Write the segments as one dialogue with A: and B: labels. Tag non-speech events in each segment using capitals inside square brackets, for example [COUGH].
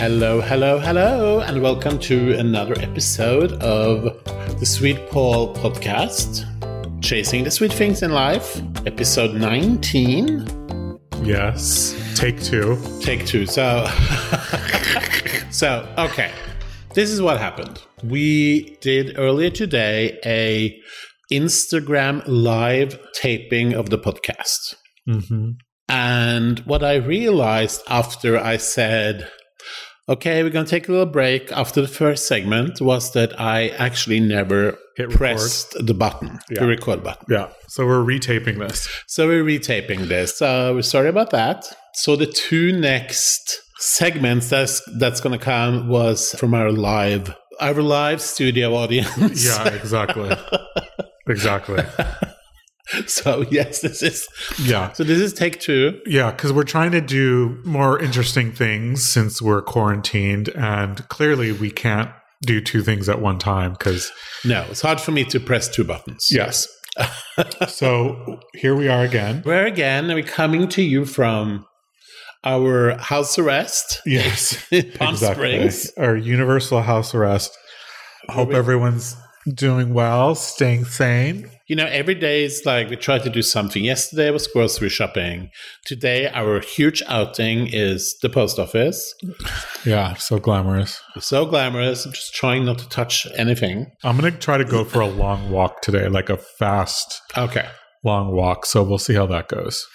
A: Hello, hello, hello, and welcome to another episode of the Sweet Paul podcast, Chasing the Sweet Things in Life, episode 19.
B: Yes. Take two.
A: Take two. So, [LAUGHS] so okay. This is what happened. We did earlier today a Instagram live taping of the podcast.
B: Mm-hmm.
A: And what I realized after I said, okay, we're going to take a little break after the first segment was that I actually never
B: Hit record.
A: pressed the button,
B: Yeah.
A: the record button.
B: Yeah. So we're retaping this.
A: So we're retaping this. So we're sorry about that. So the two next segments that's that's going to come was from our live our live studio audience.
B: [LAUGHS] Yeah, exactly. exactly.
A: [LAUGHS] so yes, this is
B: Yeah.
A: so this is take two.
B: Yeah, because we're trying to do more interesting things since we're quarantined, and clearly we can't do two things at one time [LAUGHS] because
A: No, it's hard for me to press two buttons.
B: yes. so here we are again.
A: Where again are we coming to you from our house arrest [LAUGHS]
B: [LAUGHS] Yes.
A: in Palm Springs?
B: Our universal house arrest. Hope everyone's doing well, staying sane.
A: You know, every day is like we try to do something. Yesterday was grocery shopping. Today, our huge outing is the post office.
B: Yeah, so glamorous.
A: So glamorous. I'm just trying not to touch anything.
B: I'm gonna try to go for a long walk today, like a fast
A: Okay.
B: long walk. So we'll see how that goes.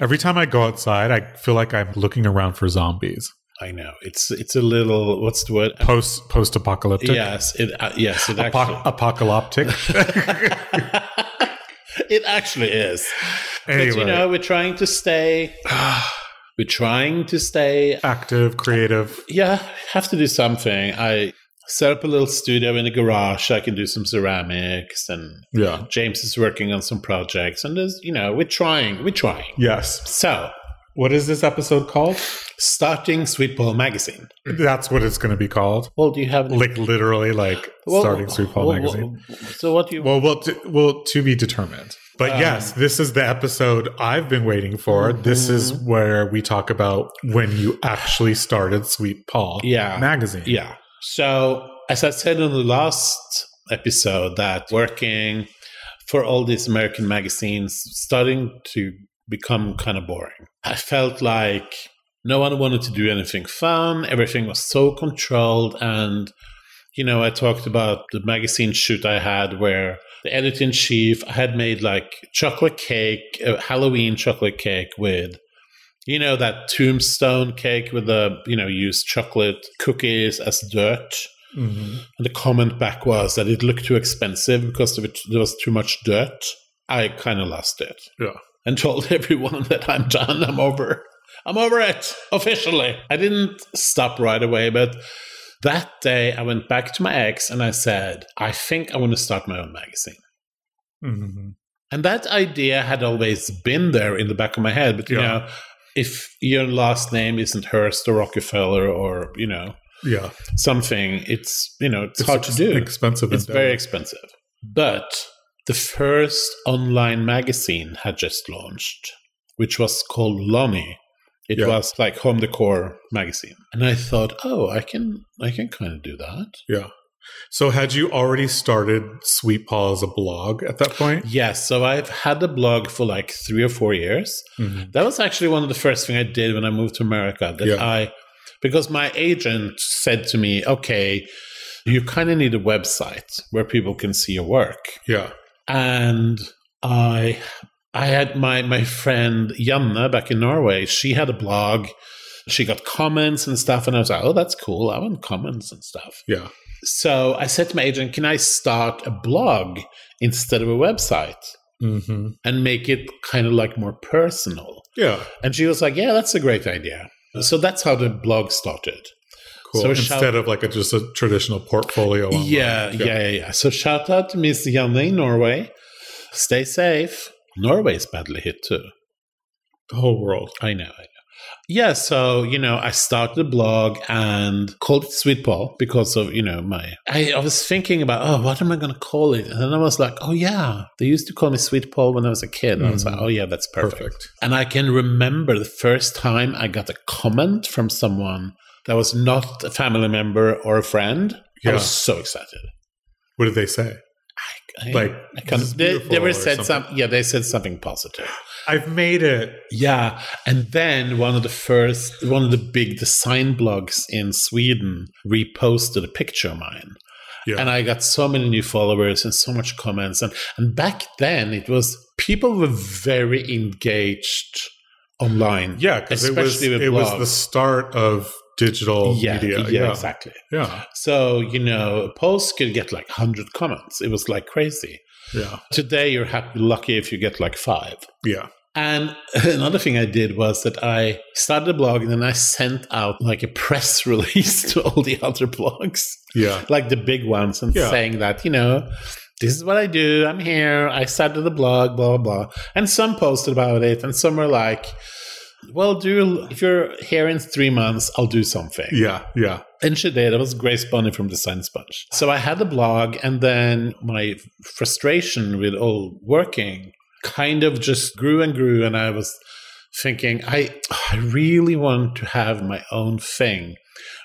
B: Every time I go outside, I feel like I'm looking around for zombies.
A: I know it's it's a little what's the word?
B: Post post apocalyptic,
A: Yes, it uh, yes it actually
B: apocalyptic.
A: [LAUGHS] it actually is.
B: anyway,
A: But you know, we're trying to stay. we're trying to stay
B: active, creative.
A: yeah, have to do something. I set up a little studio in the garage. I can do some ceramics, and
B: Yeah.
A: James is working on some projects. And there's, you know, we're trying, we're trying.
B: Yes.
A: So,
B: What is this episode called?
A: starting Sweet Paul magazine.
B: That's what it's going to be called.
A: Well, do you have
B: Like literally, like
A: well,
B: starting Sweet Paul
A: well,
B: magazine.
A: well, so what do you?
B: Well, well, t- well, to be determined.
A: Um,
B: But yes, this is the episode I've been waiting for. This is
A: Mm-hmm.
B: where we talk about when you actually started Sweet Paul
A: Yeah.
B: magazine.
A: yeah. So, as I said in the last episode, that working for all these American magazines starting to become kind of boring. I felt like no one wanted to do anything fun. Everything was so controlled. And, you know, I talked about the magazine shoot I had where the editor in chief had made like chocolate cake, uh, Halloween chocolate cake with, you know, that tombstone cake with the, you know, used chocolate cookies as dirt.
B: Mhm.
A: And the comment back was that it looked too expensive because there was- there was too much dirt. I kind of lost it
B: yeah.
A: and told [LAUGHS] everyone that I'm done. I'm over. I'm over it officially. I didn't stop right away, but that day I went back to my ex and I said, I think I want to start my own magazine.
B: Mhm.
A: And that idea had always been there in the back of my head. But, you
B: Yeah.
A: know, if your last name isn't Hearst or Rockefeller or, you know,
B: Yeah.
A: something, it's, you know, it's, hard to
B: ex-
A: do.
B: Expensive.
A: It's
B: endeavor.
A: very expensive. But the first online magazine had just launched, which was called Lonnie. It
B: Yeah.
A: was like home decor magazine. And I thought, oh, I can I can kind of do that.
B: Yeah. So, had you already started Sweet Paul as a blog at that point?
A: Yes, so I've had a blog for like three or four years.
B: Mhm.
A: That was actually one of the first thing I did when I moved to America. That
B: Yeah.
A: I because my agent said to me, Okay, you kinda need a website where people can see your work.
B: Yeah.
A: and I I had my my friend Janne back in Norway. She had a blog. She got comments and stuff, and I was like, "Oh, that's cool. I want comments and stuff."
B: Yeah.
A: So I said to my agent, "Can I start a blog instead of a website
B: hmm
A: and make it kind of like more personal?"
B: Yeah.
A: And she was like, "Yeah, that's a great idea." So that's how the blog started.
B: Cool.
A: So shall-
B: Instead of like a, just a traditional portfolio. online.
A: Yeah, yeah, yeah, yeah. So shout out to Miss Janne in Norway. Stay safe. Norway's badly hit too.
B: The whole world.
A: I know, I know. Yeah, so you know, I started a blog and called it Sweet Paul because of you know my. I, I was thinking about oh, what am I going to call it? And then I was like, oh yeah, they used to call me Sweet Paul when I was a kid. And I was like, oh yeah, that's perfect.
B: Perfect.
A: And I can remember the first time I got a comment from someone that was not a family member or a friend, I
B: Yeah.
A: was so excited.
B: What did they say?
A: I,
B: Like,
A: I can't-
B: this is
A: they, they
B: beautiful
A: were
B: or
A: said some,
B: something.
A: yeah, they said something positive.
B: I've made it.
A: Yeah, and then one of the first, one of the big design blogs in Sweden reposted a picture of mine,
B: Yeah.
A: and I got so many new followers and so much comments. And and back then it was people were very engaged online.
B: yeah, because it was
A: especially with
B: it was
A: blogs.
B: the start of digital
A: yeah,
B: media.
A: yeah,
B: yeah,
A: exactly.
B: yeah,
A: So you know, a post could get like hundred comments. It was like crazy.
B: yeah,
A: Today you're happy, lucky if you get like five.
B: yeah.
A: And [LAUGHS] another thing I did was that I started a blog and then I sent out like a press [LAUGHS] release to all the other blogs,
B: yeah.
A: like the big ones, and
B: Yeah.
A: saying that, you know, this is what I do. I'm here. I started the blog, blah, blah, blah. And some posted about it, and some were like, well, do if you're here in three months, I'll do something.
B: Yeah, yeah,
A: And she did. That was Grace Bonnie from Design Sponge. So I had a blog, and then my frustration with all working kind of just grew and grew. And I was thinking, I, I really want to have my own thing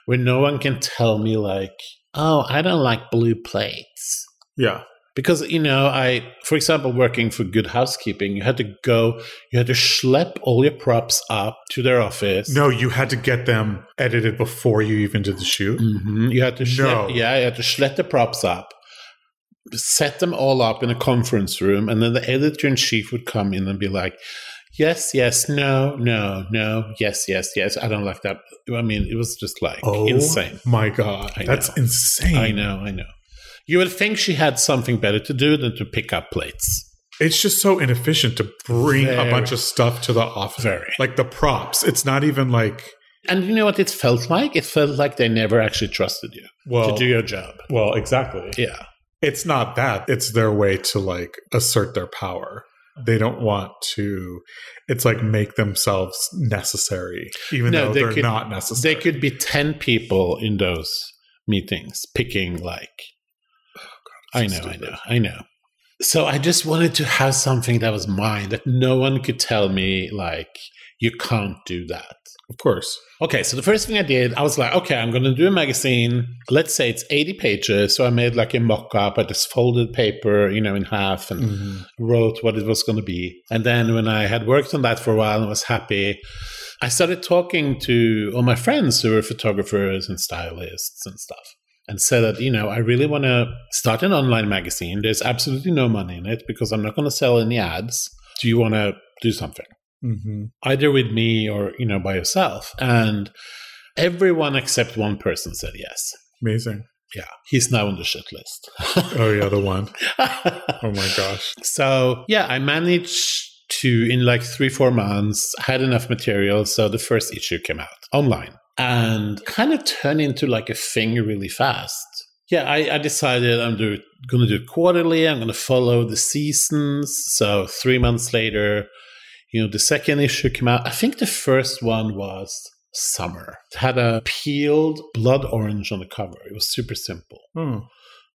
A: where no one can tell me, like, oh, I don't like blue plates.
B: yeah,
A: Because, you know, I, for example, working for Good Housekeeping, you had to go, you had to schlep all your props up to their office.
B: No, you had to get them edited before you even did the shoot.
A: hmm You had to schlep,
B: No.
A: yeah, you had to schlep the props up, set them all up in a conference room, and then the editor in chief would come in and be like, "Yes, yes, no, no, no, yes, yes, yes." I don't like that. I mean, it was just like
B: Oh,
A: insane.
B: My God,
A: I
B: that's
A: know.
B: insane.
A: I know, I know. You would think she had something better to do than to pick up plates.
B: It's just so inefficient to bring
A: Very.
B: a bunch of stuff to the office.
A: Very.
B: Like the props. It's not even like
A: And you know what it felt like? It felt like they never actually trusted you
B: well,
A: to do your job.
B: well, exactly.
A: Yeah.
B: It's not that. It's their way to like assert their power. They don't want to. It's like make themselves necessary, even
A: No,
B: though
A: they
B: they are
A: could-
B: not
A: There
B: necessary.
A: could be 10 people in those meetings picking like I know, I know, I know. So I just wanted to have something that was mine that no one could tell me, like, you can't do that.
B: Of course.
A: Okay, so the first thing I did, I was like, okay, I'm going to do a magazine. Let's say it's 80 pages. So I made like a mock up. I just folded paper, you know, in half and wrote what it was going to be. And then when I had worked on that for a while and was happy, I started talking to all my friends who were photographers and stylists and stuff and said that, you know, I really want to start an online magazine. There's absolutely no money in it because I'm not going to sell any ads. Do you want to do something?
B: Mm-hmm.
A: either with me or you know by yourself and everyone except one person said yes
B: Amazing.
A: yeah he's now on the shit list [LAUGHS]
B: Oh, yeah, the one. Oh, my gosh.
A: so yeah i managed to in like three four months had enough material so the first issue came out online and kind of turned into like a thing really fast yeah i, I decided i'm do, gonna do it quarterly i'm gonna follow the seasons so three months later you know the second issue came out i think the first one was summer it had a peeled blood orange on the cover it was super simple
B: Hmm.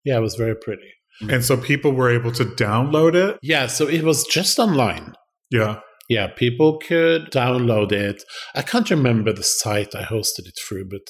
A: yeah it was very pretty
B: And so people were able to download it.
A: yeah so it was just online
B: Yeah.
A: Yeah, people could download it. I can't remember the site I hosted it through, but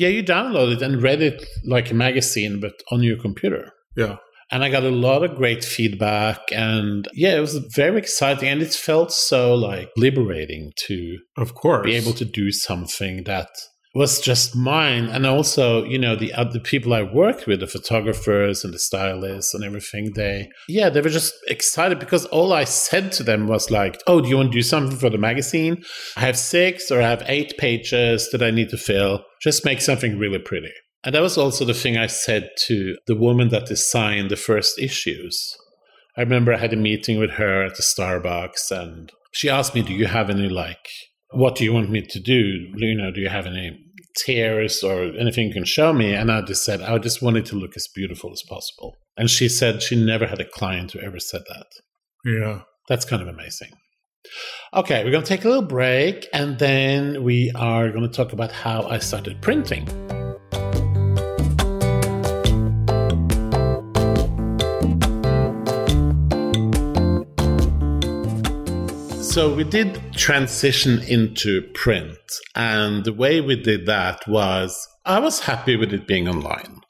A: yeah, you download it and read it like a magazine, but on your computer.
B: Yeah.
A: And I got a lot of great feedback. And yeah, it was very exciting. And it felt so like liberating to
B: Of course.
A: be able to do something that was just mine. And also, you know, the other people I worked with, the photographers and the stylists and everything, they, yeah, they were just excited because all I said to them was like, oh, do you want to do something for the magazine? I have six or I have eight pages that I need to fill. Just make something really pretty. And that was also the thing I said to the woman that designed the first issues. I remember I had a meeting with her at the Starbucks and she asked me, Do you have any like what do you want me to do? You know, do you have any tears or anything you can show me? And I just said, I just wanted to look as beautiful as possible. And she said she never had a client who ever said that.
B: Yeah.
A: That's kind of amazing. Okay, we're going to take a little break and then we are going to talk about how I started printing. So we did transition into print. And the way we did that was I was happy with it being online.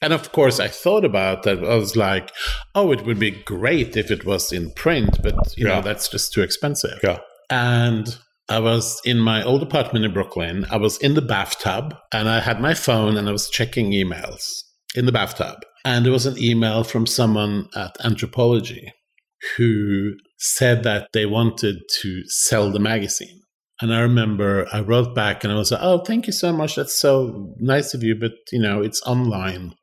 A: And of course, I thought about that. I was like, oh, it would be great if it was in print, but you
B: Yeah.
A: know, that's just too expensive.
B: Yeah.
A: And I was in my old apartment in Brooklyn. I was in the bathtub and I had my phone and I was checking emails in the bathtub. And there was an email from someone at Anthropology who said that they wanted to sell the magazine. And I remember I wrote back and I was like, oh, thank you so much. That's so nice of you. But, you know, it's online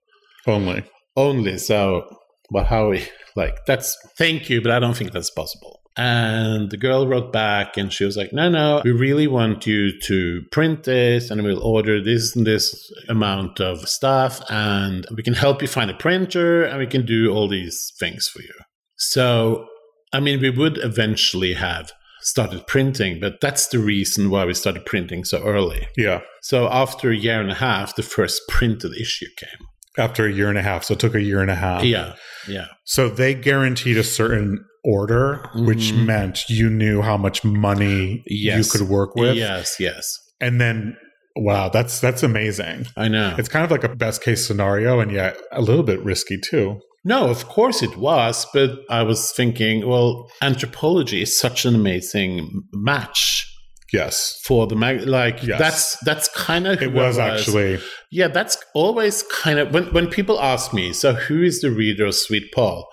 B: Only.
A: only. So, but how we like that's thank you, but I don't think that's possible. And the girl wrote back and she was like, No, no, we really want you to print this and we'll order this and this amount of stuff and we can help you find a printer and we can do all these things for you. So, I mean, we would eventually have started printing, but that's the reason why we started printing so early.
B: Yeah.
A: So, after a year and a half, the first printed issue came.
B: After a year and a half. So it took a year and a half.
A: Yeah. Yeah.
B: So they guaranteed a certain order, which
A: Mhm.
B: meant you knew how much money
A: Yes.
B: you could work with.
A: Yes, yes.
B: And then wow, that's that's amazing.
A: I know.
B: It's kind of like a best case scenario and yet a little bit risky too.
A: no, of course it was, but I was thinking, well, anthropology is such an amazing match
B: Yes.
A: for the mag. Like
B: Yes.
A: that's that's kind of
B: It was actually
A: Yeah, that's always kind of when when people ask me, so who is the reader of Sweet Paul?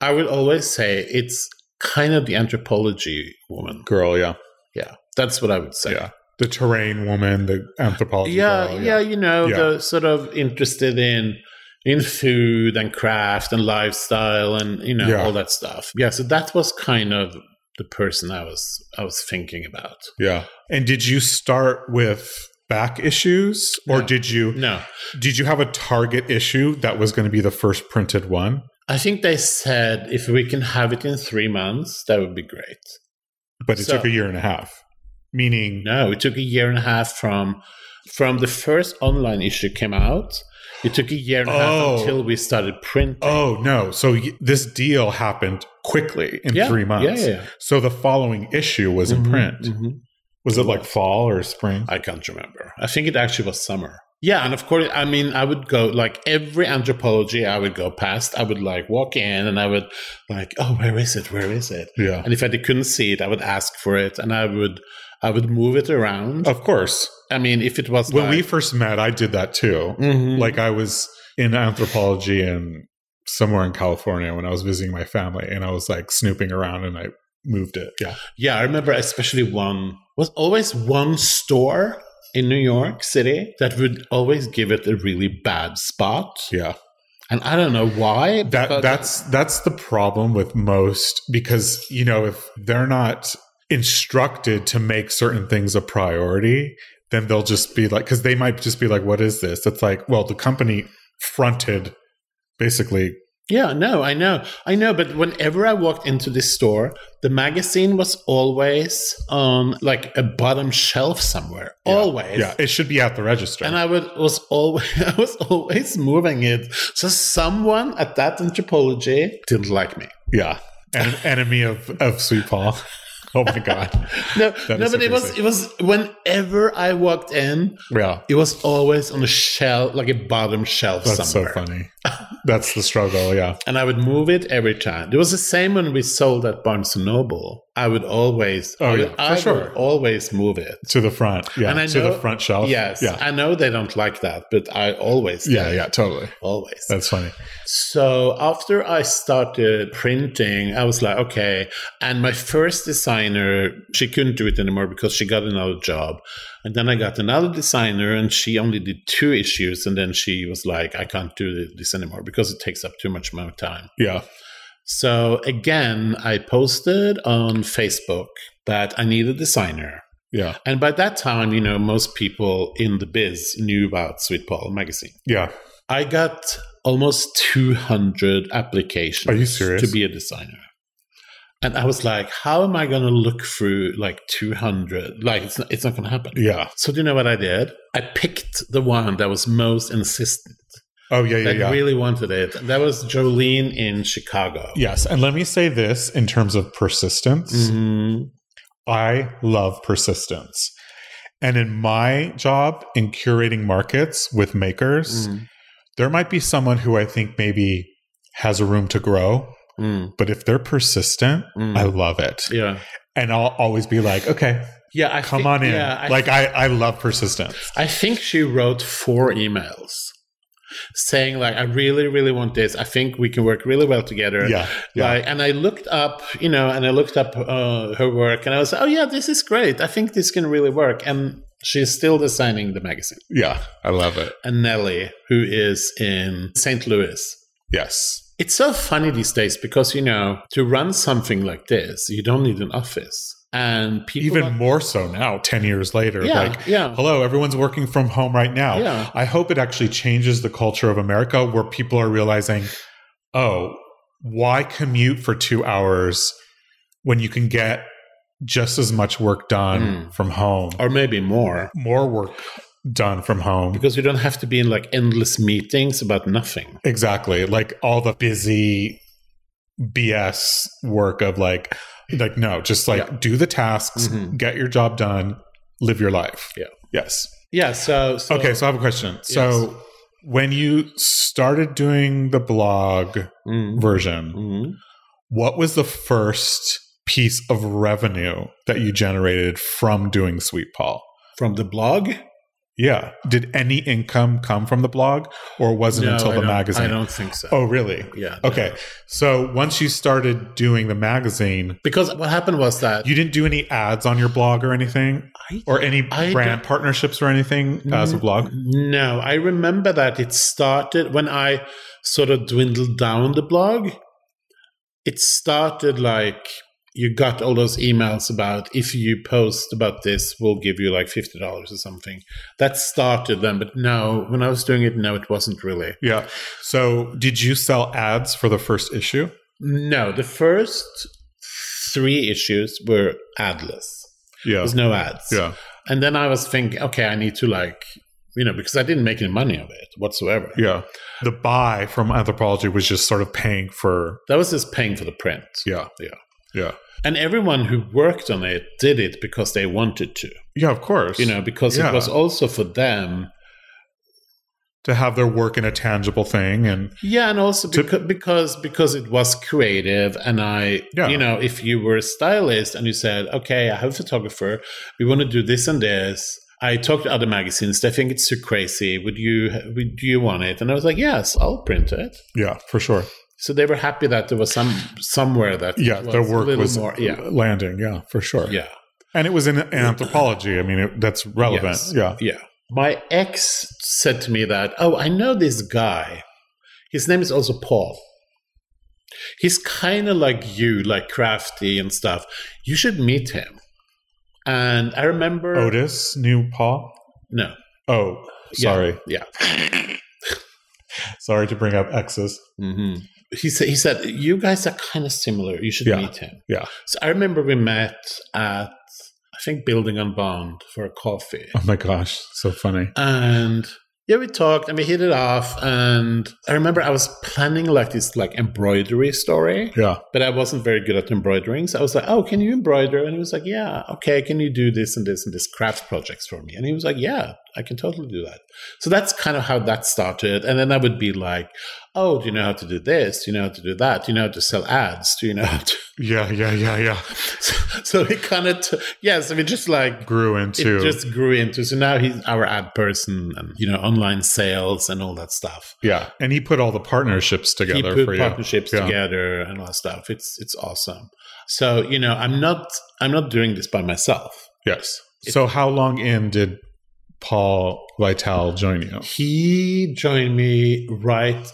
A: I would always say it's kind of the anthropology woman.
B: girl, yeah.
A: Yeah, that's what I would say.
B: Yeah. The terrain woman, the anthropologist.
A: yeah,
B: girl,
A: yeah, you know,
B: Yeah.
A: the sort of interested in in food and craft and lifestyle and you know
B: Yeah.
A: all that stuff. Yeah, so that was kind of the person I was I was thinking about.
B: Yeah. And did you start with back issues or
A: No.
B: did you
A: No,
B: did you have a target issue that was going to be the first printed one?
A: I think they said if we can have it in three months, that would be great.
B: But it
A: So-
B: took a year and a half. Meaning
A: No, it took a year and a half from from the first online issue came out. It took a year and a
B: Oh.
A: half until we started printing.
B: Oh no. So y- this deal happened quickly in
A: yeah,
B: 3 months.
A: Yeah, yeah, yeah.
B: So the following issue was in
A: Mhm,
B: print.
A: mhm.
B: Was it like fall or spring?
A: I can't remember. I think it actually was summer. Yeah, and of course, I mean, I would go like every anthropology I would go past. I would like walk in and I would like, oh, where is it? Where is it?
B: Yeah.
A: And if I couldn't see it, I would ask for it, and I would, I would move it around.
B: Of course.
A: I mean, if it was
B: When we Mm-hmm.
A: like,
B: first met, I did that too.
A: Mhm.
B: Like I was in anthropology and somewhere in California when I was visiting my family and I was like snooping around and I moved it. Yeah.
A: yeah, I remember especially one was always one store in New York City that would always give it a really bad spot,
B: Yeah.
A: and I don't know why.
B: That
A: because-
B: that's that's the problem with most because you know if they're not instructed to make certain things a priority, then they'll just be like because they might just be like, "What is this?" It's like, well, the company fronted basically.
A: Yeah, no, I know. I know, but whenever I walked into this store, the magazine was always on like a bottom shelf somewhere. Always.
B: Yeah, it should be at the register.
A: And I would, was always [LAUGHS] I was always moving it. So someone at that anthropology didn't like me.
B: yeah,
A: [LAUGHS]
B: an enemy of of Sweet Paul. Oh my god.
A: No,
B: [LAUGHS] That
A: no,
B: is so
A: but it was
B: crazy.
A: it was whenever I walked in,
B: Yeah,
A: it was always on a shelf, like a bottom shelf
B: that's
A: somewhere.
B: so funny. That's the struggle. Yeah,
A: and I would move it every time. It was the same when we sold at Barnes and Noble. I would always,
B: Oh,
A: I would,
B: yeah, for
A: I would
B: sure.
A: always move it.
B: to the front. Yeah,
A: And I
B: to the
A: know-
B: front shelf.
A: Yes,
B: yeah,
A: I know they don't like that, but I always,
B: yeah,
A: did.
B: yeah. Totally.
A: always.
B: That's funny.
A: So after I started printing, I was like, okay. And my first designer, she couldn't do it anymore because she got another job. And then I got another designer, and she only did two issues, and then she was like, I can't do this anymore because it takes up too much of my time.
B: Yeah,
A: So again, I posted on Facebook that I need a designer.
B: yeah,
A: And by that time, you know, most people in the biz knew about Sweet Paul magazine.
B: yeah.
A: I got almost 200 applications
B: Are you serious?
A: to be a designer. And I was like, how am I going to look through like 200? Like, it's not, it's not going to happen.
B: Yeah.
A: So, do you know what I did? I picked the one that was most insistent.
B: Oh yeah, yeah,
A: Like
B: yeah.
A: really wanted it. That was Jolene in Chicago.
B: yes, and let me say this in terms of persistence.
A: Mhm.
B: I love persistence. And in my job in curating markets with makers,
A: Mm.
B: there might be someone who I think maybe has a room to grow,
A: Mm.
B: but if they're persistent,
A: Mm.
B: I love it.
A: yeah.
B: And I'll always be like, okay,
A: Yeah. I
B: come
A: thi-
B: on in.
A: Yeah, I
B: like, I, I love persistence.
A: I think she wrote four emails saying like I really really want this. I think we can work really well together.
B: Yeah. Yeah.
A: Like, and I looked up, you know, and I looked up uh, her work, and I was, oh yeah, this is great. I think this can really work. And she's still designing the magazine.
B: yeah. I love it.
A: And Nelly, who is in St. Louis,
B: Yes.
A: it's so funny these days because you know to run something like this, you don't need an office, and people
B: Even more so now, 10 years later.
A: yeah
B: Like,
A: yeah
B: hello, everyone's working from home right now.
A: yeah
B: I hope it actually changes the culture of America where people are realizing, oh, why commute for two hours when you can get just as much work
A: Hmm.
B: done from home,
A: or maybe more
B: more work done from home?
A: because you don't have to be in like endless meetings about nothing.
B: exactly. Like all the busy BS work of like, like, no, just like
A: Yeah.
B: do the tasks,
A: Mhm.
B: get your job done, live your life.
A: Yeah.
B: Yes.
A: Yeah. So, so
B: okay. So I have a question. So when you started doing the blog,
A: Mm,
B: version,
A: mm.
B: what was the first piece of revenue that you generated from doing Sweet Paul?
A: from the blog.
B: Yeah. Did any income come from the blog or wasn't
A: No,
B: until
A: I
B: the
A: don't-
B: magazine?
A: I don't think so.
B: Oh, really?
A: yeah.
B: Okay. So once you started doing the magazine,
A: Because what happened was that
B: you didn't do any ads on your blog or anything
A: I,
B: or any
A: I Mm-hmm.
B: brand partnerships or anything as a blog?
A: no, I remember that it started when I sort of dwindled down the blog. It started like you got all those emails about if you post about this, we'll give you like fifty dollars or something. That started then, but no, when I was doing it, no, it wasn't really.
B: Yeah. So did you sell ads for the first issue?
A: No, the first three issues were adless.
B: Yeah.
A: There's no ads.
B: Yeah.
A: And then I was thinking, okay, I need to like, you know, because I didn't make any money of it whatsoever.
B: Yeah. The buy from anthropology was just sort of paying for
A: That was just paying for the print.
B: yeah.
A: Yeah.
B: Yeah.
A: And everyone who worked on it did it because they wanted to,
B: Yeah, of course.
A: you know, because
B: Yeah.
A: it was also for them.
B: to have their work in a tangible thing and
A: Yeah, and also
B: To-
A: becau- because because it was creative, and I,
B: Yeah.
A: you know, if you were a stylist and you said, "Okay, I have a photographer, we want to do this and this," I talked to other magazines. They think it's too crazy. Would you would do you want it? And I was like, "Yes, I'll print it."
B: yeah, for sure.
A: So they were happy that there was some somewhere that
B: Yeah,
A: was
B: their
A: a
B: work
A: little
B: was
A: more yeah
B: landing, yeah, for sure.
A: yeah
B: And it was in, in anthropology. I mean, it, that's relevant.
A: Yes.
B: Yeah.
A: yeah. My ex said to me that oh I know this guy, his name is also Paul. He's kind of like you, like crafty and stuff. You should meet him. And I remember
B: Oh, Otis knew Paul.
A: no
B: Oh, sorry.
A: yeah.
B: Sorry to bring up exes.
A: hmm He said, "He said you guys are kind of similar. You should
B: Yeah.
A: meet him."
B: Yeah.
A: So I remember we met at I think Building on Bond for a coffee,
B: Oh my gosh. So funny.
A: and yeah, we talked and we hit it off. And I remember I was planning like this like embroidery story,
B: Yeah.
A: but I wasn't very good at embroidering. So I was like, "Oh, can you embroider?" And he was like, "Yeah, okay. Can you do this and this and this craft projects for me?" And he was like, "Yeah, I can totally do that." So that's kind of how that started. And then I would be like, "Oh, do you know how to do this? Do you know how to do that? Do you know how to sell ads? Do you know?" How to... [LAUGHS]
B: Yeah. Yeah. Yeah. Yeah.
A: so it kind of t- yeah. So we just like
B: Grew
A: it
B: into.
A: just grew into so now he's our ad person and you know online sales and all that stuff
B: yeah. And he put all the partnerships together
A: he
B: for
A: put
B: you.
A: partnerships
B: Yeah.
A: together and all that stuff it's it's awesome so you know i'm not i'm not doing this by myself
B: Yes. So how long in did Paul Vital join you?
A: he joined me right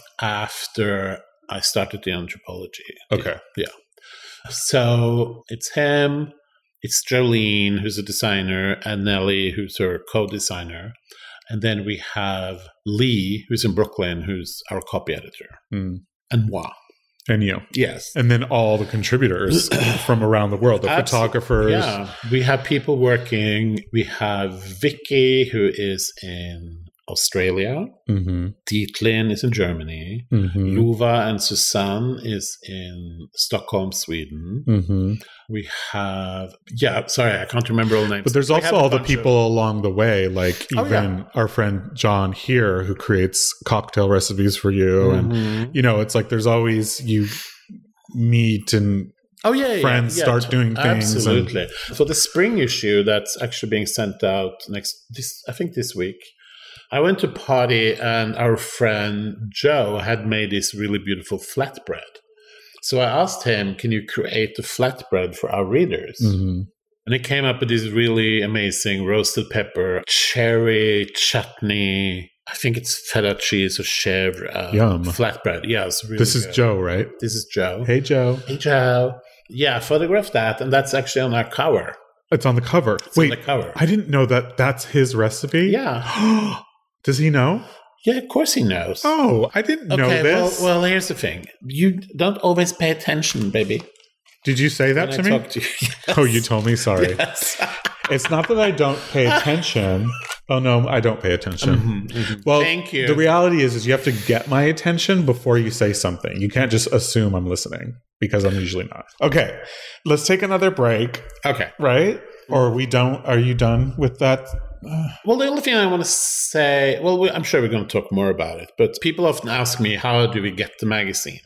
A: after i started the anthropology
B: Okay.
A: so it's him it's jolene who's a designer and nelly who's her co-designer and then we have lee who's in brooklyn who's our copy editor
B: Mm.
A: and moi
B: And you.
A: Yes.
B: And then all the contributors from around the world, the
A: Abs-
B: photographers.
A: Yeah. We have people working. We have Vicky, who is in Australia.
B: Mm-hmm.
A: Dietlin is in Germany.
B: Mm-hmm.
A: Luva and Susanne is in Stockholm, Sweden.
B: Mm-hmm.
A: We have, yeah, sorry, I can't remember all names.
B: But there's
A: We
B: also
A: have a
B: all the
A: bunch of-
B: people along the way, like
A: Oh,
B: even
A: yeah.
B: our friend John here, who creates cocktail recipes for you, and
A: Mhm.
B: you know, it's like there's always you meet and
A: oh yeah, yeah, yeah,
B: friends
A: yeah,
B: start doing things. and-
A: Absolutely. For the spring issue that's actually being sent out next this I think this week. I went to a party and our friend Joe had made this really beautiful flatbread. So I asked him, "Can you create a flatbread for our readers?"
B: Mhm.
A: And it came up with this really amazing roasted pepper, cherry chutney. I think it's feta cheese or chèvre. uh,
B: Yum.
A: Flatbread. Yeah, it's really
B: This is
A: good.
B: Joe, right?
A: This is Joe.
B: Hey, Joe.
A: Hey, Joe. Yeah, I photographed that, and that's actually on our cover.
B: It's on the cover.
A: It's
B: Wait,
A: on the cover.
B: I didn't know that. That's his recipe.
A: yeah,
B: [GASPS] Does he know?
A: yeah, of course he knows.
B: Oh, I didn't know
A: okay, well,
B: this.
A: well, here's the thing. You don't always pay attention, baby.
B: Did you say that
A: When
B: to
A: I
B: me?
A: talk to you. [LAUGHS]
B: Oh, you told me. Sorry.
A: Yes. [LAUGHS]
B: It's not that I don't pay attention. Oh no, I don't pay attention.
A: Mhm, mhm.
B: Well,
A: Thank you.
B: The reality is, is you have to get my attention before you say something. You can't just assume I'm listening because I'm usually not. Okay, let's take another break,
A: okay.
B: right? Or we don't? Are you done with that? Uh,
A: Well, the only thing I want to say, well, we, I'm sure we're going to talk more about it, but people often ask me, how do we get the magazine?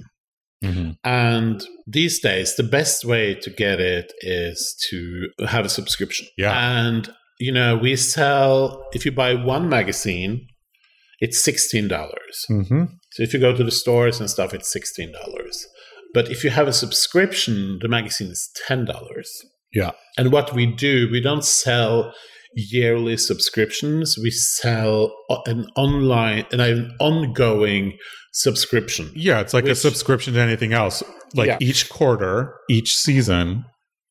A: Mm-hmm. And these days, the best way to get it is to have a subscription.
B: Yeah.
A: And, you know, we sell, if you buy one magazine, it's $16. dollars
B: hmm
A: So if you go to the stores and stuff, it's $16. But if you have a subscription, the magazine is $10.
B: Yeah.
A: And what we do, we don't sell yearly subscriptions, we sell o- an online, an, an ongoing subscription.
B: Yeah, it's like a
A: Which-
B: subscription to anything else. Like
A: Yeah.
B: each quarter, each season,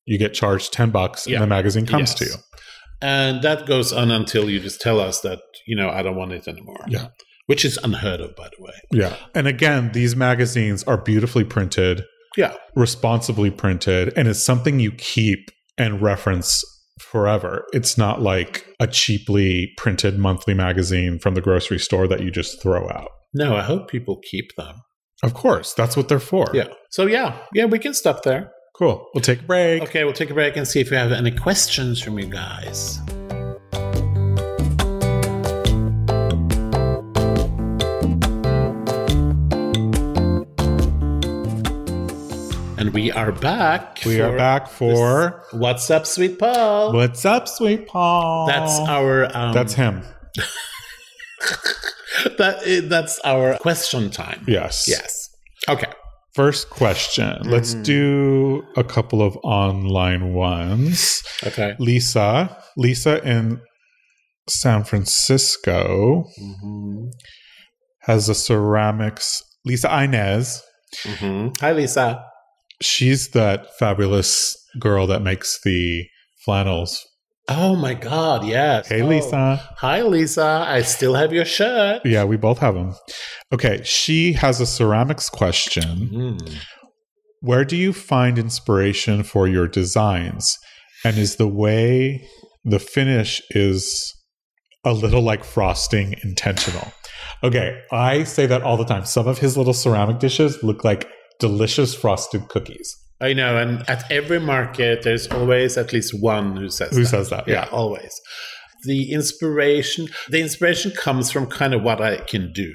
B: you get charged ten bucks,
A: Yeah.
B: and the magazine comes
A: Yes.
B: to you.
A: And that goes on until you just tell us that, you know, I don't want it anymore.
B: Yeah.
A: Which is unheard of, by the way.
B: Yeah, and again, these magazines are beautifully printed.
A: Yeah.
B: responsibly printed and it's something you keep and reference forever. It's not like a cheaply printed monthly magazine from the grocery store that you just throw out.
A: No, I hope people keep them.
B: Of course, that's what they're for.
A: Yeah. So, yeah. Yeah, we can stop there.
B: Cool. We'll take a break.
A: Okay, we'll take a break and see if we have any questions from you guys. And we are back.
B: We
A: for
B: are back for
A: What's up, sweet Paul?
B: What's Up, Sweet Paul?
A: That's our um,
B: That's him.
A: that, eh, that's our question time.
B: Yes.
A: Yes. Okay.
B: First question. Let's
A: Mm-hmm.
B: do a couple of online ones.
A: Okay.
B: Lisa, Lisa in San Francisco
A: Mm-hmm.
B: has a ceramics. Lisa Inez,
A: Mm-hmm. Hi, Lisa.
B: she's that fabulous girl that makes the flannels.
A: Oh my God! Yes.
B: Hey,
A: Oh.
B: Lisa.
A: Hi, Lisa. I still have your shirt.
B: Yeah, we both have them. Okay, she has a ceramics question.
A: Mm-hmm.
B: Where do you find inspiration for your designs? And is the way the finish is a little like frosting intentional? Okay, I say that all the time. Some of his little ceramic dishes look like delicious frosted cookies.
A: I know, and at every market, there's always at least one who says
B: Who
A: that.
B: says that?
A: yeah, always. The inspiration, the inspiration comes from kind of what I can do.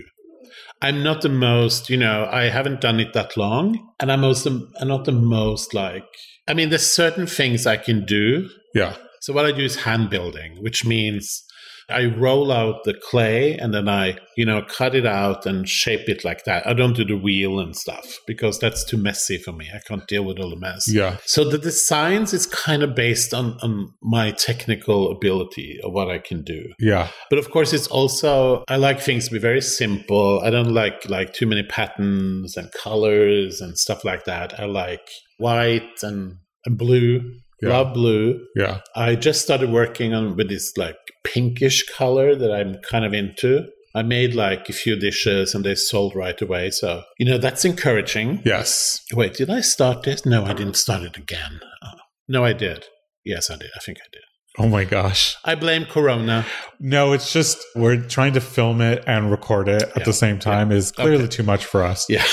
A: I'm not the most, you know, I haven't done it that long, and I'm also I'm not the most like. I mean, there's certain things I can do.
B: Yeah.
A: So what I do is hand building, which means I roll out the clay and then I, you know, cut it out and shape it like that. I don't do the wheel and stuff because that's too messy for me. I can't deal with all the mess.
B: Yeah.
A: So the designs is kind of based on, on my technical ability of what I can do.
B: Yeah.
A: But of course it's also I like things to be very simple. I don't like like too many patterns and colors and stuff like that. I like white and, and blue.
B: Yeah.
A: Love blue.
B: Yeah.
A: I just started working on with this like pinkish color that I'm kind of into. I made like a few dishes and they sold right away. So, you know, that's encouraging.
B: Yes.
A: Wait, did I start this? No, I didn't start it again. Uh, no, I did. Yes, I did. I think I did.
B: Oh my gosh.
A: I blame Corona.
B: No, it's just we're trying to film it and record it at
A: Yeah.
B: the same time is clearly too much for us.
A: Yeah.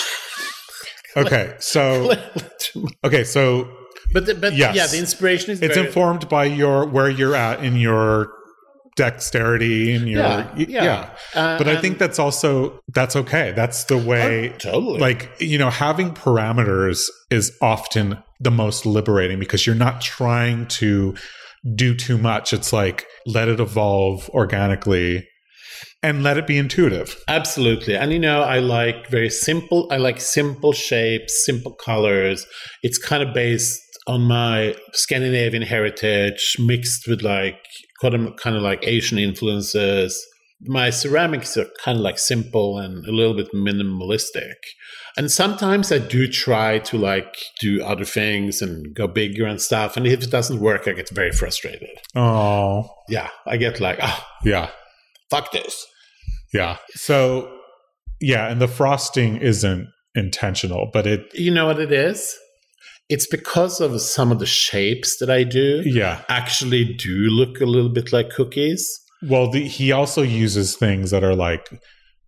B: Okay. [LAUGHS] So
A: [LAUGHS] but
B: okay, so
A: the, but
B: Yes.
A: yeah, the inspiration is
B: it's
A: very,
B: informed by your where you're at in your dexterity and your
A: Yeah,
B: y-
A: yeah. Uh,
B: But I
A: and- Oh,
B: think that's also that's okay. That's the way
A: totally
B: like you know having parameters is often the most liberating because you're not trying to do too much it's like let it evolve organically and let it be intuitive
A: Absolutely. And you know, I like very simple, I like simple shapes, simple colors. It's kind of based on my Scandinavian heritage mixed with like kind of, kind of like Asian influences. My ceramics are kind of like simple and a little bit minimalistic. And sometimes I do try to like do other things and go bigger and stuff. And if it doesn't work, I get very frustrated.
B: oh
A: Yeah. I get like, ah,
B: yeah
A: fuck this.
B: yeah so yeah and the frosting isn't intentional but it
A: You know what it is? It's because of some of the shapes that I do
B: yeah
A: actually do look a little bit like cookies.
B: well the, he also uses things that are like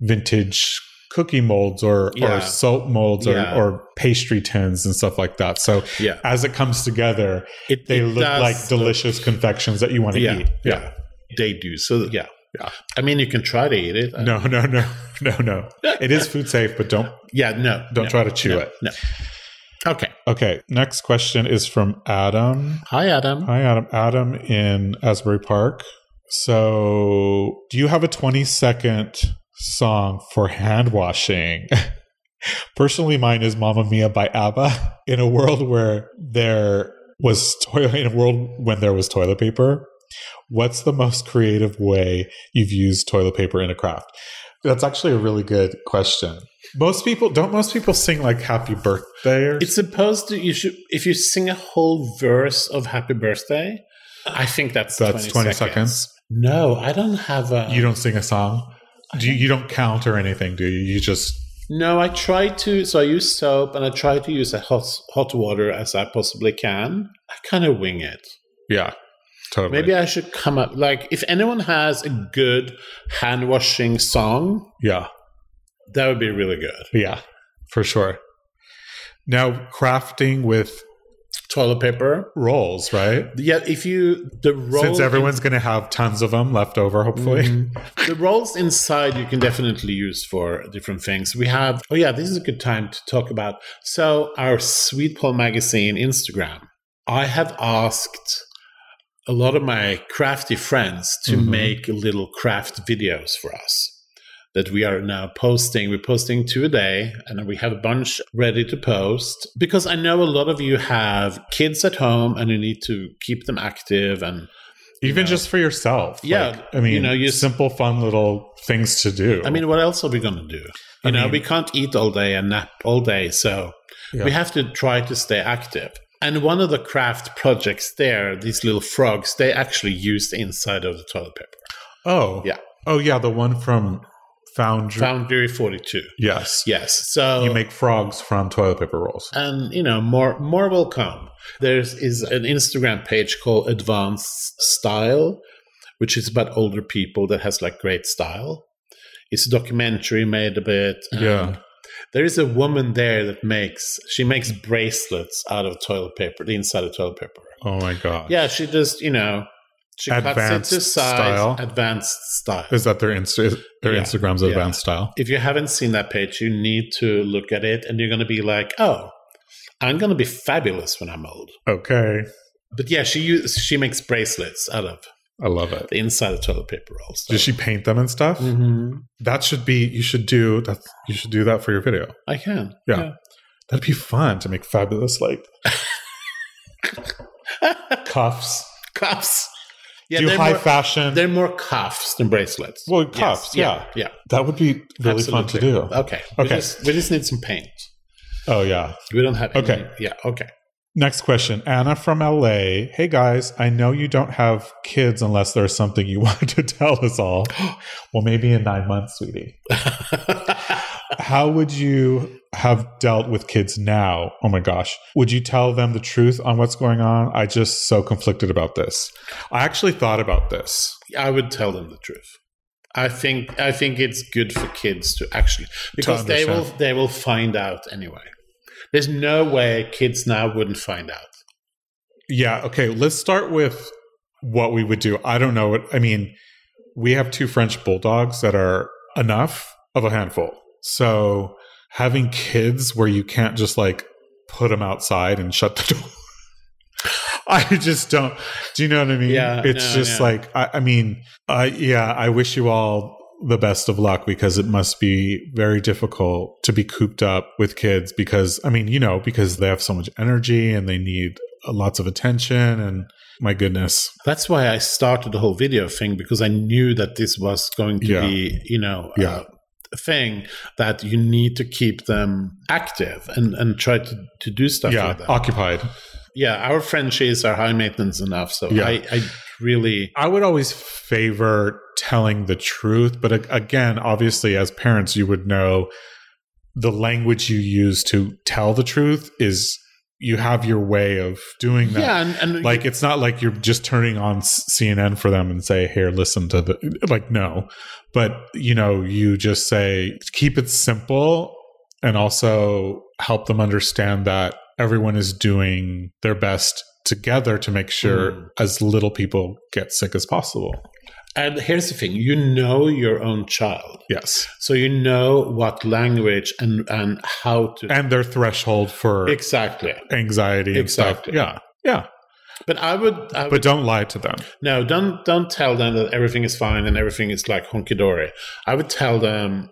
B: vintage cookie molds or
A: Yeah.
B: or salt molds
A: Yeah.
B: or, or pastry tins and stuff like that so
A: Yeah.
B: as it comes together
A: Uh, It,
B: they
A: it
B: look
A: does
B: like delicious confections that you want to
A: Yeah,
B: eat.
A: yeah. They do. So, yeah.
B: Yeah.
A: I mean, you can try to eat it. Uh,
B: No, no, no, [LAUGHS] no,
A: [LAUGHS]
B: no. It is food safe, but don't
A: Yeah, no.
B: don't
A: no,
B: try to chew
A: no,
B: it.
A: No. Okay.
B: Okay. Next question is from Adam.
A: Hi, Adam.
B: Hi, Adam. Adam in Asbury Park. So, do you have a 20 second song for hand washing? [LAUGHS] Personally, mine is Mamma Mia by ABBA. In a world where there was toilet, in a world when there was toilet paper, what's the most creative way you've used toilet paper in a craft? That's actually a really good question. Most people don't. Most people sing like "Happy Birthday" or
A: It's supposed to, you should, if you sing a whole verse of Happy Birthday, I think that's,
B: that's 20 seconds.
A: No, I don't have a.
B: You don't sing a song. Do you, you don't count or anything, do you? You just
A: No, I try to. So I use soap, and I try to use as hot hot water as I possibly can. I kind of wing it.
B: yeah, totally.
A: Maybe I should come up like if anyone has a good hand washing song,
B: yeah,
A: that would be really good.
B: yeah, for sure. Now crafting with
A: Toilet paper.
B: rolls, right?
A: Yeah, if you the roll Mm-hmm.
B: Since everyone's going to have tons of them left over, hopefully.
A: the rolls inside you can definitely use for different things. We have oh yeah, this is a good time to talk about. So our Sweet Paul magazine Instagram. I have asked a lot of my crafty friends to
B: Mhm.
A: make little craft videos for us that we are now posting. We're posting two a day and we have a bunch ready to post because I know a lot of you have kids at home and you need to keep them active and
B: [LAUGHS] Even
A: You know.
B: just for yourself.
A: Yeah,
B: Like, I mean,
A: you know, you-
B: simple, fun little things to do.
A: I mean, what else are we going to do? You
B: I
A: know,
B: mean-
A: we can't eat all day and nap all day. So
B: Yeah.
A: we have to try to stay active. And one of the craft projects there, these little frogs, they actually used the inside of the toilet paper.
B: oh,
A: Yeah.
B: Oh, yeah. The one from Foundry.
A: Foundry 42.
B: yes.
A: Yes. So,
B: You make frogs from toilet paper rolls.
A: and you know, more, more will come. There is an Instagram page called Advanced Style, which is about older people that has like great style. It's a documentary made of it. and
B: yeah.
A: There is a woman there that makes she makes bracelets out of toilet paper, the inside of toilet paper.
B: Oh my god.
A: Yeah, she just you know she cuts
B: Advanced
A: it to size,
B: style. Uh,
A: advanced style.
B: Is that their Insta? is- Their
A: Yeah.
B: Instagram's
A: Yeah.
B: advanced style.
A: If you haven't seen that page, you need to look at it, and you're going to be like, oh, I'm going to be fabulous when I'm old.
B: Okay.
A: But yeah, she use, she makes bracelets out of
B: I love it.
A: the inside of toilet paper rolls.
B: Does she paint them and stuff?
A: hmm
B: That should be you should do that you should do that for your video.
A: I can.
B: Yeah. That'd be fun to make fabulous like cuffs.
A: cuffs. Yeah,
B: do
A: they're,
B: high
A: more,
B: fashion.
A: they're more cuffs than bracelets.
B: well
A: Yes,
B: cuffs, yeah.
A: yeah.
B: That would be really fun to
A: Absolutely.
B: do.
A: Okay. We
B: Okay.
A: just, we just need some paint.
B: Oh yeah.
A: We don't have. any-
B: Okay.
A: yeah. Okay. [LAUGHS]
B: Next question. Anna from LA. Hey guys, I know you don't have kids unless there's something you [LAUGHS] want to tell us all. [GASPS] well, maybe in nine months, sweetie. How would you have dealt with kids now? Oh my gosh. Would you tell them the truth on what's going on? I just so conflicted about this. I actually thought about this.
A: I would tell them the truth. I think I think it's good for kids to actually because they will
B: understand.
A: they will find out anyway. There's no way kids now wouldn't find out.
B: Yeah. Okay. Let's start with what we would do. I don't know what, I mean, we have two French bulldogs that are enough of a handful. So having kids where you can't just like put them outside and shut the [LAUGHS] door. I just don't. Do you know what I mean?
A: Yeah,
B: It's
A: no,
B: just
A: no.
B: like, I, I mean, I, yeah, I wish you all the best of luck because it must be very difficult to be cooped up with kids because, I mean, you know, because they have so much energy and they need uh, lots of attention. And my goodness.
A: That's why I started the whole video thing because I knew that this was going to
B: Yeah.
A: be, you know,
B: Yeah.
A: uh, a thing that you need to keep them active and, and try to, to do stuff
B: yeah. Uh,
A: with them.
B: Occupied.
A: yeah, our Frenchies are high maintenance enough. So
B: Yeah.
A: I, I really,
B: I would always favor telling the truth, but a- again, obviously, as parents, you would know the language you use to tell the truth is you have your way of doing that.
A: yeah, and, and
B: Like it's not like you're just turning on s- CNN for them and say, "Here, listen to the." Like no, but you know, you just say, "Keep it simple," and also help them understand that everyone is doing their best together to make sure
A: Mm.
B: as little people get sick as possible.
A: and here's the thing: you know your own child,
B: Yes,
A: so you know what language and and how to
B: and their threshold for
A: exactly.
B: anxiety and
A: Exactly.
B: stuff. Yeah, yeah,
A: But I would, I
B: but don't lie to them.
A: No, don't don't tell them that everything is fine and everything is like honky dory. I would tell them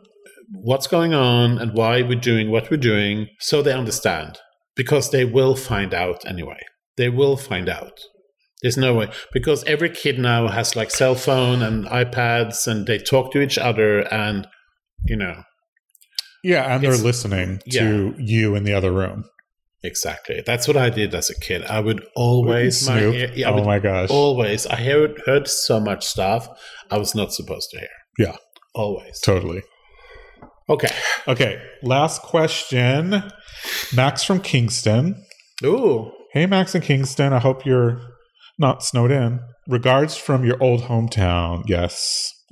A: what's going on and why we're doing what we're doing, so they understand. Because they will find out anyway. They will find out. There's no way because every kid now has like cell phone and iPads and they talk to each other and you know
B: Yeah, and they're
A: It's-
B: listening
A: yeah.
B: to you in the other room.
A: exactly. That's what I did as a kid. I would always my
B: Snoop.
A: ear- yeah, I
B: oh
A: would
B: my gosh.
A: always I heard heard so much stuff I was not supposed to hear.
B: Yeah.
A: Always.
B: Totally.
A: Okay.
B: Okay, last question. Max from Kingston.
A: Ooh.
B: Hey, Max in Kingston. I hope you're not snowed in. Regards from your old hometown. Yes.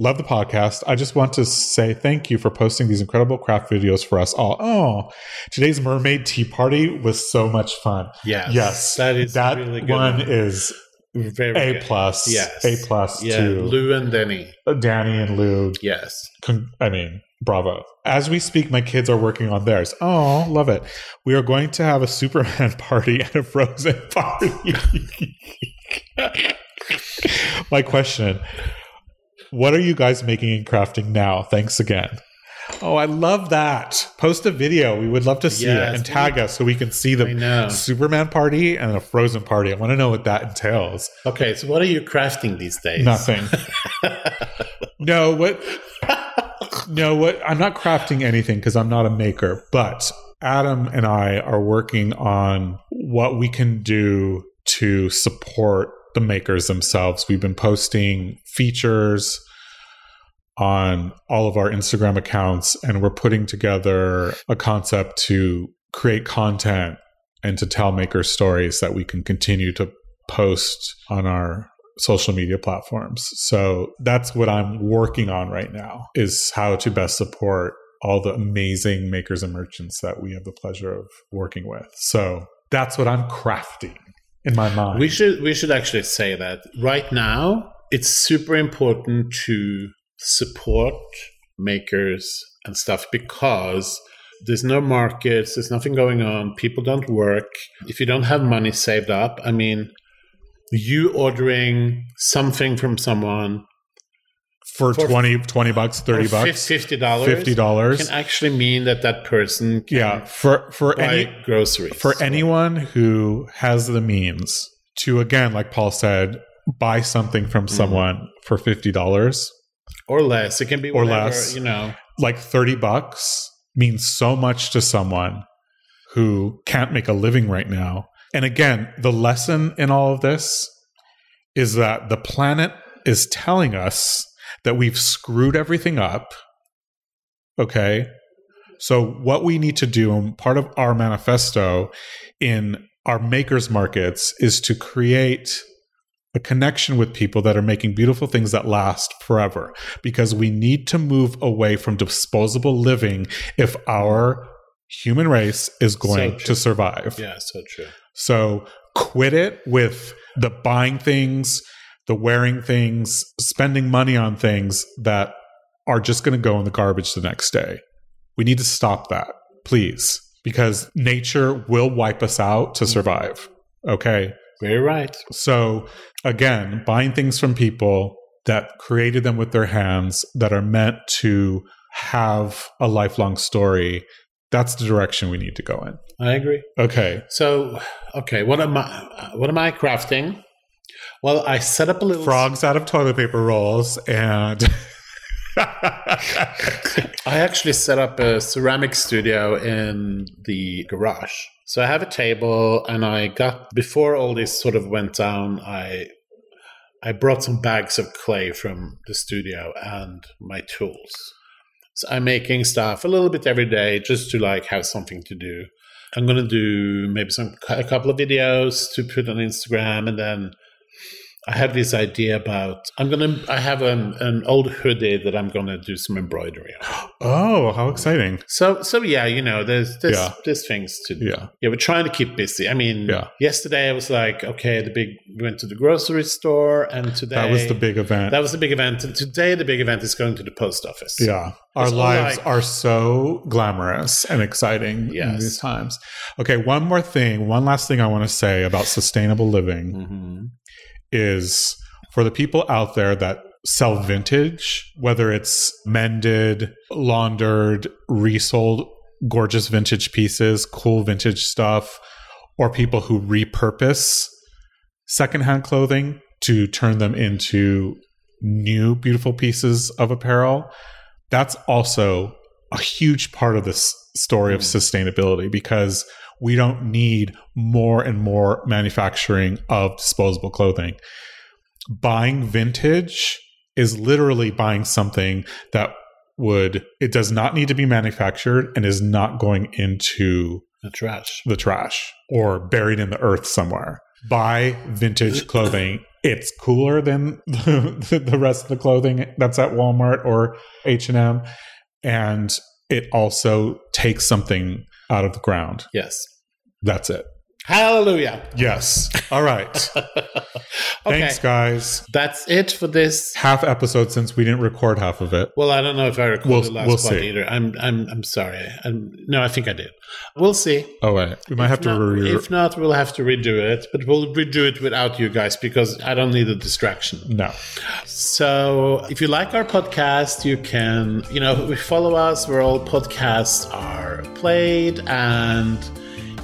B: Love the podcast. I just want to say thank you for posting these incredible craft videos for us all. Oh, today's mermaid tea party was so much fun.
A: Yes.
B: Yes,
A: That is
B: that
A: really good.
B: one is
A: Very
B: a
A: good.
B: plus.
A: Yes.
B: a plus
A: Yeah.
B: to
A: Lou and Denny.
B: Danny and Lou
A: Yes.
B: Con- I mean, bravo. As we speak, my kids are working on theirs. Oh, love it. We are going to have a Superman [LAUGHS] party and a Frozen [LAUGHS] party. my question What are you guys making and crafting now? Thanks again. Oh, I love that. Post a video. We would love to see
A: Yes,
B: it and tag us so we can see the
A: I know.
B: Superman party and a Frozen party. I want to know what that entails.
A: Okay. So, what are you crafting these days?
B: Nothing. no, what? No, what? I'm not crafting anything because I'm not a maker, but Adam and I are working on what we can do to support the makers themselves. We've been posting features on all of our Instagram accounts, and we're putting together a concept to create content and to tell maker stories that we can continue to post on our social media platforms. So that's what I'm working on right now is how to best support all the amazing makers and merchants that we have the pleasure of working with. So that's what I'm crafting in my mind.
A: We should we should actually say that right now it's super important to support makers and stuff because there's no markets, there's nothing going on, people don't work. If you don't have money saved up, I mean you ordering something from someone
B: for,
A: for-
B: 20 20 bucks, 30
A: for
B: bucks,
A: fifty dollars,
B: $50.
A: can actually mean that that person can
B: yeah, for for
A: buy
B: any
A: groceries
B: for anyone who has the means to again like paul said buy something from someone for $50
A: or less. It can be
B: Or
A: whatever,
B: less.
A: you know.
B: like 30 bucks means so much to someone who can't make a living right now And again, the lesson in all of this is that the planet is telling us that we've screwed everything up. Okay. So, what we need to do, and part of our manifesto in our makers markets, is to create a connection with people that are making beautiful things that last forever because we need to move away from disposable living if our human race is going
A: true.
B: to survive.
A: Yeah, so true.
B: So quit it with the buying things, the wearing things, spending money on things that are just going to go in the garbage the next day. We need to stop that, please, because nature will wipe us out to survive. Okay.
A: Very right.
B: So again, buying things from people that created them with their hands that are meant to have a lifelong story. That's the direction we need to go in.
A: I agree.
B: Okay.
A: So, okay, what am I? What am I crafting? Well, I set up a little
B: frogs out of toilet paper rolls and [LAUGHS]
A: I actually set up a ceramic studio in the garage. So I have a table and I got before all this sort of went down, I I brought some bags of clay from the studio and my tools. So I'm making stuff a little bit every day just to like have something to do. I'm going to do maybe some a couple of videos to put on Instagram and then I have this idea about I'm gonna I have an, an old hoodie that I'm gonna do some embroidery on.
B: oh how exciting
A: So so yeah, you know, there's there's
B: Yeah.
A: there's things to do.
B: yeah
A: Yeah, we're trying to keep busy. I mean,
B: Yeah.
A: yesterday I was like, okay, the big we went to the grocery store, and today
B: that was the big event
A: that was the big event. And today the big event is going to the post office.
B: yeah our
A: all
B: lives
A: like-
B: are so glamorous and exciting in
A: Yes.
B: these times okay one more thing one last thing i want to say about sustainable living
A: hmm
B: is for the people out there that sell vintage, whether it's mended, laundered, resold, gorgeous vintage pieces, cool vintage stuff, or people who repurpose secondhand clothing to turn them into new beautiful pieces of apparel. That's also a huge part of this story of sustainability because we don't need more and more manufacturing of disposable clothing. Buying vintage is literally buying something that would, it does not need to be manufactured and is not going into
A: The trash.
B: the trash or buried in the earth somewhere. Buy vintage clothing. It's cooler than [LAUGHS] the, the rest of the clothing that's at Walmart or H&M and it also takes something out of the ground.
A: Yes.
B: That's it.
A: Hallelujah. [LAUGHS]
B: Yes. All right.
A: okay.
B: Thanks guys.
A: That's it for this.
B: Half episode since we didn't record half of it.
A: Well, I don't know if I recorded
B: We'll-
A: the last
B: we'll
A: part
B: see.
A: either. I'm I'm I'm sorry. I'm, no, I think I did. We'll see.
B: Oh wait. We might have to
A: Not-
B: re-
A: if not, we'll have to redo it, but we'll redo it without you guys because I don't need a distraction.
B: No.
A: So, if you like our podcast, you can, you know, [LAUGHS] we follow us where all podcasts are played, and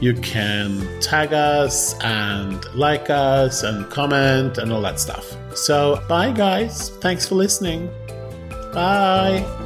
A: you can tag us and like us and comment and all that stuff. So, bye guys. Thanks for listening. Bye.